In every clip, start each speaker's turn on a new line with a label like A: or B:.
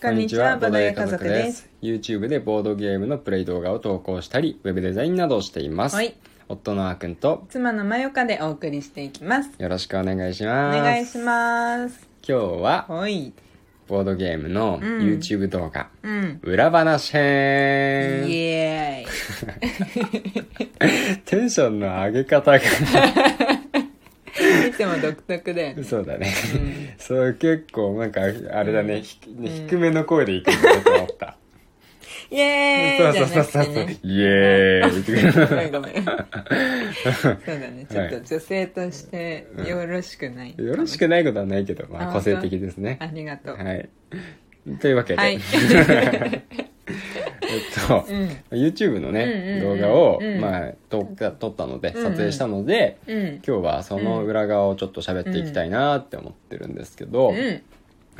A: こんにちはボードゲー家族です
B: YouTube でボードゲームのプレイ動画を投稿したりウェブデザインなどをしています、
A: はい
B: 夫のあーくんと
A: 妻のまよかでお送りしていきます
B: よろしくお願いし
A: お
B: ます
A: 願いします
B: 今日は
A: ほい
B: ボードゲームの YouTube 動画、
A: うん
B: 裏話
A: イ
B: 編
A: エ
B: テンションの上げ方が
A: ーイいつも独特だよね
B: そうだね、そう結構なんかあれだね,ひ、ね低めの声でいくんだと思った、
A: イエーイじ
B: そう
A: ゃ
B: そう
A: な
B: そう
A: く
B: そう、
A: てね
B: イエー
A: ごめ
B: イ
A: んごめんそうだねちょっ
B: は
A: と
B: い
A: 女性としてよろしく ない、
B: よろしくないことはないけど、まあ、
A: あ
B: 個性的ですね
A: ありがとう
B: はい。というわけで、
A: はい
B: えっと、YouTube のね、
A: うんうんうん
B: 動画を、
A: うん
B: まあ、と撮ったので、
A: ん
B: 撮影したので、
A: うん
B: 今日はその裏側をちょっと喋っていきたいなって思ってるんですけど、
A: うん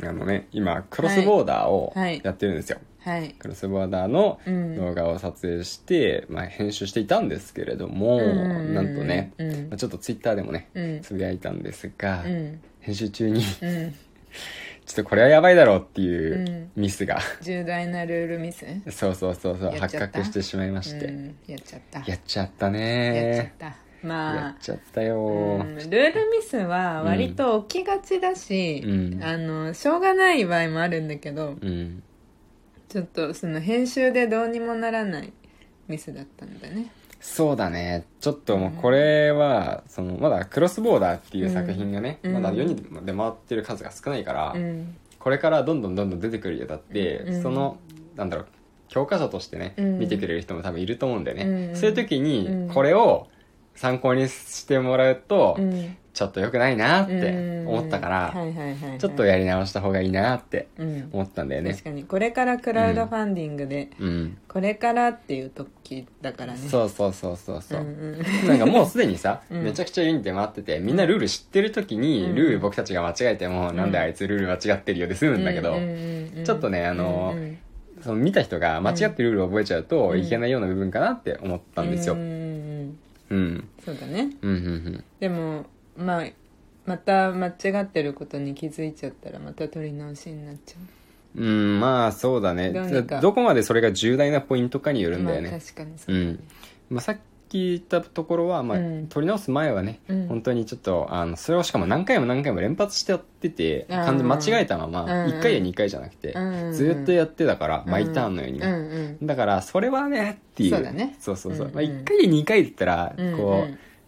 B: あのね、今、クロスボーダーを
A: はい
B: やってるんですよ。
A: はい
B: クロスボーダーの
A: うん
B: 動画を撮影して、まあ、編集していたんですけれども、
A: うんうんうん
B: なんとね、
A: うん
B: まあちょっと Twitter でもね、
A: うん
B: つぶやいたんですが、
A: うん
B: 編集中に
A: うん
B: ちょっとこれはやばいだろうっていうミスが、
A: 重大なルールミス
B: そうそうそうそ
A: や
B: う
A: っち
B: 発
A: ゃった
B: 覚してしまいまして、
A: うんやっちゃった
B: やっちゃった
A: やっちゃっ
B: ね
A: た
B: やっ
A: まあ
B: ちゃったよ
A: うんルールミスは割と起きがちだし、
B: うん
A: あのしょうがない場合もあるんだけど
B: うん、
A: ちょっとその編集でどうにもならないミスだったんだね
B: そうだねちょっともうこれは、そのまだ「クロスボーダー」っていう作品がね、
A: うん
B: まだ世に出回ってる数が少ないから、
A: うん
B: これからどんどんどんどん出てくるようだって、
A: うん
B: そのなんだろう教科書としてね、
A: うん
B: 見てくれる人も多分いると思うんだよね、
A: うん
B: そういう時に
A: うん
B: これを参考にしてもらうと、
A: うん
B: ちょっと良くないなって思ったから、
A: うんはいはいはいはい
B: ちょっとやり直した方がいいなって
A: うん
B: 思ったんだよね
A: 確。かにこれからクラウドファンディングで、
B: うん。
A: これからっていう時だからね
B: そうそうそうそうそうう。
A: んうん
B: なんかもうすでにさ、
A: うん
B: めちゃくちゃユニで回ってて、みんなルール知ってる時に、
A: うん
B: ルール僕たちが間違えても、なんであいつルール間違ってるよで済むんだけど、
A: うんうんうん
B: ちょっとねあの
A: うんうん
B: その見た人が間違ってルールを覚えちゃうと
A: うん
B: いけないような部分かなって思ったんですよ。
A: う
B: うん。
A: うんん
B: うん、
A: そうだね
B: うん、うん。
A: でもまあまた間違ってることに気づいちゃったらまた取り直しになっちゃ
B: うん、まあそうだね。
A: どうにか
B: どこまでそれが重大なポイントかによ
A: う
B: るんだよね。
A: まあ、確かにそうう、
B: んまあ、さっき言ったところは、まあ
A: うん
B: 取り直す前はね、
A: うん
B: 本当にちょっとあのそれをしかも何回も何回も連発してやってて
A: あー
B: 完全に間違えたまま
A: うんうん
B: 1回や2回じゃなくて、
A: うん
B: ずっとやってたから、
A: うん
B: 毎ターンのように、
A: うんうん
B: だからそれはねっていう
A: そうだね
B: そうそうそ
A: う
B: う、
A: んうん
B: まあ、1回で2回だったら
A: うんうん
B: こ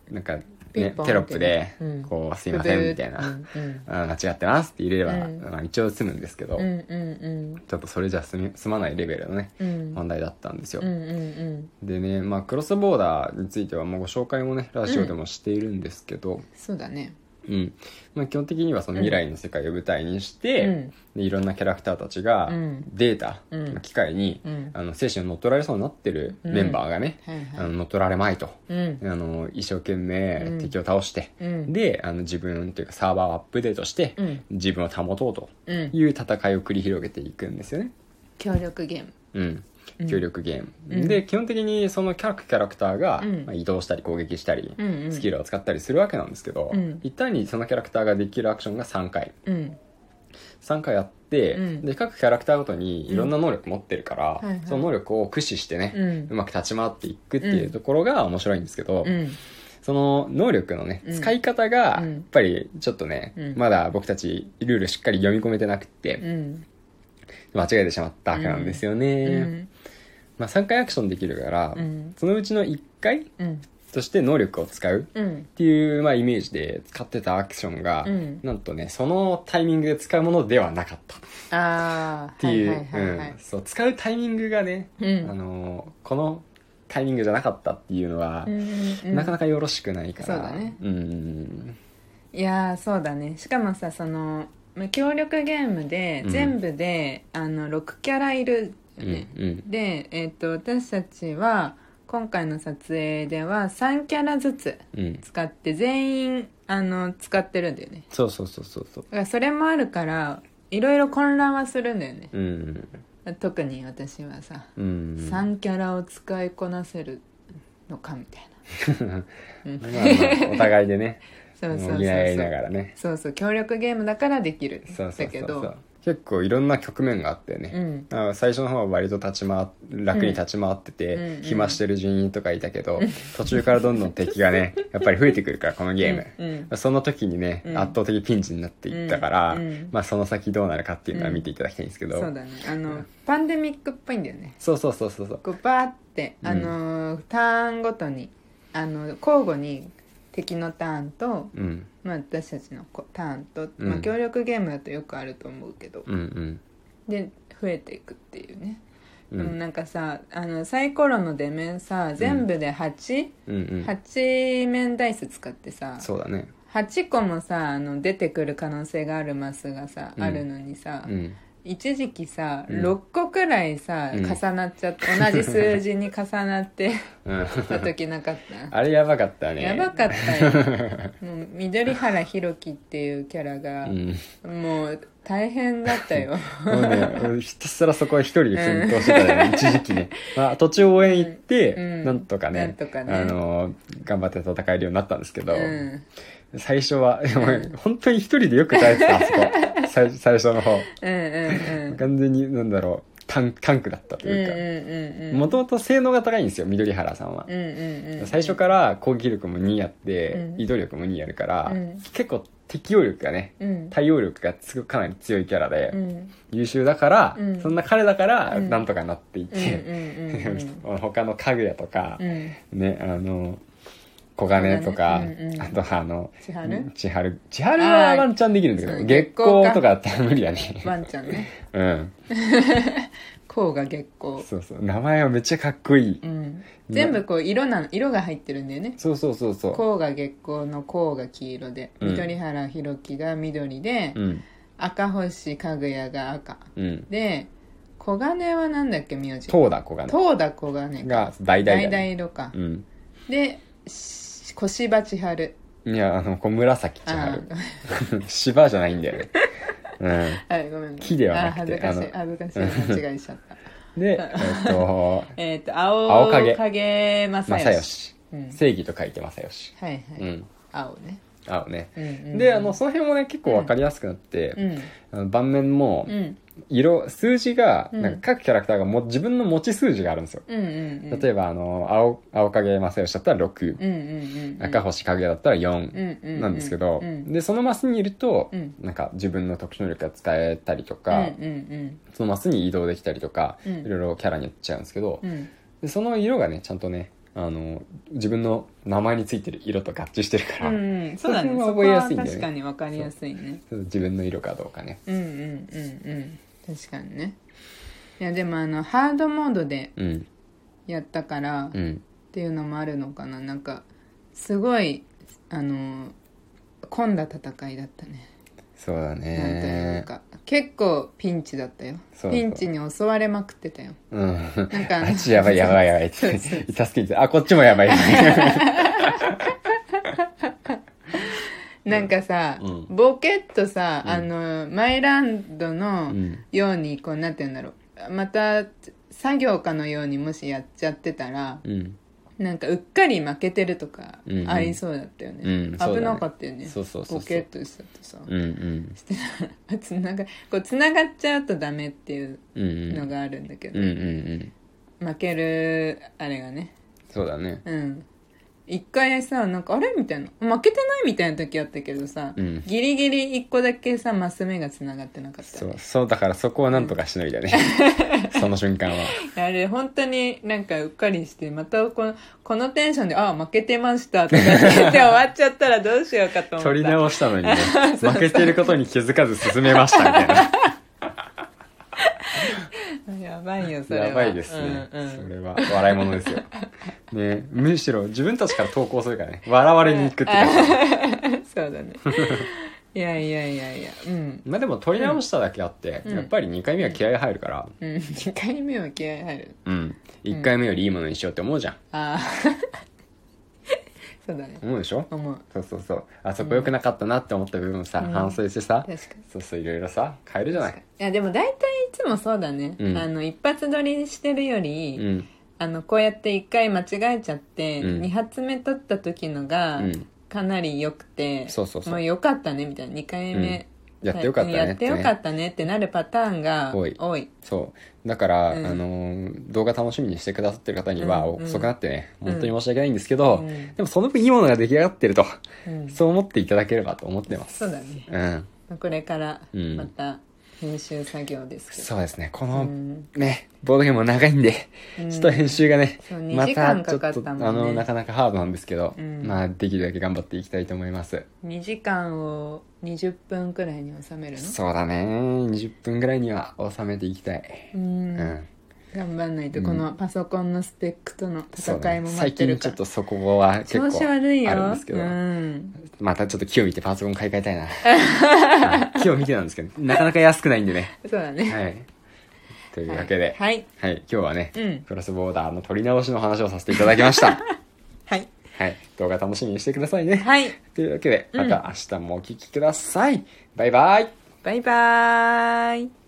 B: う、なんか、ね、
A: ピン
B: テ
A: ポン
B: ロップで
A: うん
B: 「こうすいません」みたいな
A: うんうん
B: 「あー間違ってます」って入れれば、
A: うん
B: まあ、一応済むんですけど、
A: うんうん
B: ちょっとそれじゃ済み済まないレベルのね
A: うんうん
B: 問題だったんですよ、
A: うんうん
B: でね、まあ、クロスボーダーについてはもうご紹介もねラジオでもしているんですけど、
A: そうだね
B: うんまあ、基本的にはその未来の世界を舞台にして、
A: うん
B: でいろんなキャラクターたちが
A: うん
B: データ、
A: うん
B: 機械に、
A: うん
B: あの精神を乗っ取られそうになってるメンバーがね、
A: はいはい
B: あの乗っ取られまいと、
A: うん
B: あの一生懸
A: う
B: 命
A: ん
B: 敵を倒して、
A: うん
B: であの自分というかサーバーをアップデートして、
A: うん
B: 自分を保とうと
A: うん
B: いう戦いを繰り広げていくんですよね。
A: 協力ゲーム
B: うん
A: うん、
B: 協力ゲーム、
A: うん
B: で基本的にそのキャラクキャラクターが、
A: うん
B: まあ、移動したり攻撃したり、
A: うんうん
B: スキルを使ったりするわけなんですけど、
A: うん
B: 一旦にそのキャラクターができるアクションが3回
A: うん
B: 3回やって、
A: うん
B: で各キャラクターごとにいろんな能力持ってるか
A: う
B: ら、
A: んはいはい
B: その能力を駆使してね、
A: う
B: うんまく立ち回っていくっていうところが面白いんですけど、
A: うん
B: その能力のね、
A: うん
B: 使い方が
A: う
B: や
A: ん
B: っぱりちょっとね、
A: うん
B: まだ僕たちルールしっかり読み込めてなくて、
A: うん
B: 間違えてしまったわけなんですよね、
A: うん
B: まあ、3回アクションできるから、
A: うん
B: そのうちの1回
A: うん
B: として能力を使う
A: うん
B: っていう、まあ、イメージで使ってたアクションが、
A: うん
B: なんとねそのタイミングで使うものではなかったっ
A: ああって
B: いう,、
A: はいはい
B: うん、そう使うタイミングがね、
A: うん
B: あのーこのタイミングじゃなかったっていうのは、なか
A: か
B: なかよろしくないから
A: そうだね
B: うん
A: いやーそうだねしかもさそのまあ協力ゲームで
B: うん
A: 全部で、あの6キャラいる
B: う
A: よね
B: ん、うん
A: で、えっと私たちは今回の撮影では3キャラずつ
B: うん
A: 使って全員あの使ってるんだよね
B: そうそうそうそうそう
A: だからそれもあるからいろいろ混乱はするんだよね
B: うん
A: 特に私はさ、
B: うんまあ
A: 3キャラを使いこなせるのかみたい
B: まあお互いでね
A: なそうそうそう
B: 補い合い
A: そ
B: な
A: う
B: がらね
A: そうそう協力ゲームだからできる
B: そうそうそうそう
A: だけど
B: 結構いろんな局面があって
A: う
B: ね、
A: ん
B: あ最初の方は割と立ち回楽に立ち回ってて、
A: うんうん
B: 暇してる人員とかいたけど、途中からどんどん敵 がねやっぱり増えてくるからこのゲーム、
A: うん
B: その時にね、
A: うん
B: 圧倒的ピンチになっていったから、
A: うんうん
B: まあその先どうなるかっていうのは見ていただきたいんですけど、
A: そうだねあのパンデミックっぽいんだよね
B: そうそうそうそうそう
A: こうバーってあのー、ターンごとにあの交互に敵のターンと、
B: うん
A: まあ、私たちのこうターンと、
B: うん
A: まあ、協力ゲームだとよくあると思うけど、
B: うんうん
A: で増えていくっていうね、
B: うん
A: でもなんかさあのサイコロの出面さ全部で 8?8、
B: うんうん
A: 8面ダイス使ってさ
B: そうだね
A: 8個もさあの出てくる可能性があるマスがさ、
B: うん
A: あるのにさ、
B: うん
A: 一時期さ、
B: うん
A: 6個くらいさ、
B: うん
A: 重なっちゃって同じ数字に重なって
B: うん
A: た時なかった
B: あれやばかったね
A: やばかった よもう緑原弘樹っていうキャラが
B: う、ん
A: もう大変だった よ
B: もうね、俺ひたすらそこは一人で奮闘してたよね、一時期ね。まあ、途中応援行って、
A: うん
B: なんとかね、
A: なんとかね
B: あのー、頑張って戦えるようになったんですけど、
A: うん
B: 最初は、でも本当に一人でよく耐えてた、あそこ。最最初の方。
A: うんうん
B: 完全に、なんだろう、タンタンクだったと
A: うんうんうんう
B: いう
A: んう
B: か、
A: ん
B: もともと性能が高いんですよ、緑原さんは
A: う。んうんうん
B: 最初から攻撃力も2やって、
A: うん
B: 移動力も2やるから、
A: うん
B: 結構適応力がね、
A: うん
B: 対応力がすごくかなり強いキャラで、
A: うん
B: 優秀だから、
A: うん
B: そんな彼だから
A: うん
B: なんとかなってい
A: うん
B: て、
A: うんうんうん
B: 他の家具屋とか、
A: うん
B: ねあの小金と
A: 小
B: か、
A: 金うんうん
B: あとあの
A: 千春
B: 千春千春は
A: あー
B: ワンチャンできるんだけ
A: そ
B: ど
A: う
B: 月
A: 月
B: 光
A: 光
B: とかだったら無理だね
A: ワンちゃんね
B: うん
A: こうが月光
B: そうそう名前はめっちゃかっこいい、
A: うん全部こう色な色が入ってるんだよね
B: そうそうそうそ
A: こうが月光のこうが黄色で
B: うん
A: 緑原弘樹が緑で、
B: ううん
A: 赤星かぐやが赤
B: うん
A: で黄金はなんだっけ名字
B: 東だ小金
A: 東田黄金か
B: が大々だ、
A: 橙
B: ね、
A: 色か、
B: うん
A: でし小芝千春
B: いやあのこう紫千
A: あ
B: 春 芝じゃないんだよねうん
A: ああごめんごめん
B: 木ではなくて
A: あ恥ずかしい恥ずかしい 間違えちゃった
B: でえっと
A: えっと青
B: 青影
A: 影正義
B: 正義、
A: うん
B: 正義と書いて正義
A: はいはい、
B: うん
A: 青ね、
B: 青ね、
A: うんうんうん、
B: であのその辺もね結構分かりやすくなって、
A: うん
B: あの盤面も
A: うん
B: 色数字が、
A: うん
B: なんか各キャラクターがも自分の持ち数字があるんですよ、
A: うんうんうん
B: 例えばあの青青影正義だったら6、
A: うんうんうん
B: 赤星影だったら4、
A: 星
B: なんですけど、
A: うんうん
B: でそのマスにいると、
A: うん
B: なんか自分の特殊能力が使えたりとか、
A: うんうん
B: そのマスに移動できたりとか、
A: うん
B: いろいろキャラによっちゃうんですけど、
A: うんうん
B: でその色がねちゃんとねあの自分の名前についてる色と合致してるから、
A: うんうんそうだね
B: そこ
A: そ
B: は
A: こ
B: 覚えや
A: は
B: すいんだよね
A: 確かに分かりやすいね
B: 自分の色かどうかね
A: うんうんうんうん確かにねいやでもあのハードモードで
B: うん
A: やったからっ
B: うん
A: ていうのもあるのかななんかすごいあの混んだ戦いだったね
B: そうだ
A: なんという
B: ね
A: か結構ピンチだったよ
B: そうそう
A: ピンチに襲われまくってたよ
B: うん
A: なんかあの
B: あっちやばいやばいやばいって
A: そうそう
B: 助けに行ってあこっちも やばいやばい
A: なんかさ、
B: うん
A: ボケっとさ、
B: うん
A: あのマイランドの
B: うん
A: ようにこうなんて言うんだろうまた作業家のようにもしやっちゃってたら
B: うん
A: なんかうっかり負けてるとか
B: うんうん
A: ありそうだったよね、
B: うんそうだね
A: 危なかったよね
B: そうそうそうそう
A: ボケっとしちゃってさ、
B: うんうん
A: してたらつながこうつながっちゃうとダメっていう
B: うんうん
A: のがあるんだけ
B: う
A: ど、
B: んうんうん
A: 負けるあれがね
B: そうだね
A: うん一回さなんかあれみたいな負けてないみたいな時あったけどさ、
B: うん
A: ギリギリ一個だけさマス目がつながってなかった
B: そうそうだからそこはなんとかしのいだねその瞬間は
A: あれ本当になんかうっかりしてまたこのこのテンションで「あ負けてました」とか言って終わっちゃったらどうしようかと思った
B: 取り直したの にね負けてることに気づかず進めましたみたいな
A: やばいよ それは
B: やばいですね、
A: うんうん
B: それは笑いものです よ、ね、むしろ自分たちから投稿するからね笑われに行くっていう
A: そうだねいやいやいやいやうん
B: まあでも撮り直しただけあって、
A: うん
B: やっぱり2回目は気合入るから
A: うん2回目は気合入る
B: うん、1回目よりいいものにしようって思うじゃん
A: ああ そうだね
B: 思うでしょ
A: 思う
B: そうそうそうあそこ良くなかったなって思った部分をさ、
A: うん
B: 反省してさ
A: 確かに
B: そうそういろいろさ変えるじゃない
A: いやでも大体いつもそうだね、
B: うん
A: あの一発撮りしてるより、
B: うん
A: あのこうやって1回間違えちゃって、
B: うん
A: 2発目撮った時のが
B: うん
A: かなり良くて、
B: そうそうそう
A: もう良かったねみたいな2回目
B: やってよかったね
A: や
B: っ
A: ってて
B: ね
A: よかったねってなるパターンが
B: 多
A: 多
B: い
A: い。
B: そうだから、
A: うん
B: あのー動画楽しみにしてくださってる方には
A: うんうん
B: 遅くなってね、
A: うん
B: 本当に申し訳ないんですけど、
A: うん
B: でもその分いいものが出来上がってると、
A: うん
B: そう思っていただければと思ってます
A: そうだね。
B: うん
A: これから
B: うん
A: また編集作業ですけど。
B: そうですねこの、
A: うん
B: ねボードゲームも長いんで、
A: うん
B: ちょっと編集がね、
A: そう
B: ま
A: 2時
B: た
A: 間
B: ちょ
A: か
B: っと
A: かったもんね
B: あのなかなかハードなんですけど、
A: うん
B: まあできるだけ頑張っていきたいと思います
A: 2時間を20分くらいに収めるの
B: そうだね20分ぐらいには収めていきたい、
A: うん
B: うん
A: 頑張んないと
B: うん
A: このパソコンのスペックとの
B: そう
A: 戦い
B: ね
A: も待
B: 最
A: って
B: 近
A: る
B: ち
A: か
B: ょっ
A: ら、
B: とそこは結
A: 調子
B: 構あ
A: 悪いよ
B: るんですけど、
A: うん、
B: またちょっと木を見てパソコン買い替えたいな、 はい木を見てなんですけどなかなか安くないんでね
A: そうだね
B: はいというわけで、
A: はい
B: はい今日はね、
A: うん
B: クロスボーダーの取り直しの話をさせていただきました
A: はい
B: はい動画楽しみにしてくださいね、
A: はい
B: というわけで
A: う
B: ま
A: ん
B: た明日もお聴きください、バイバイ
A: バイバーイ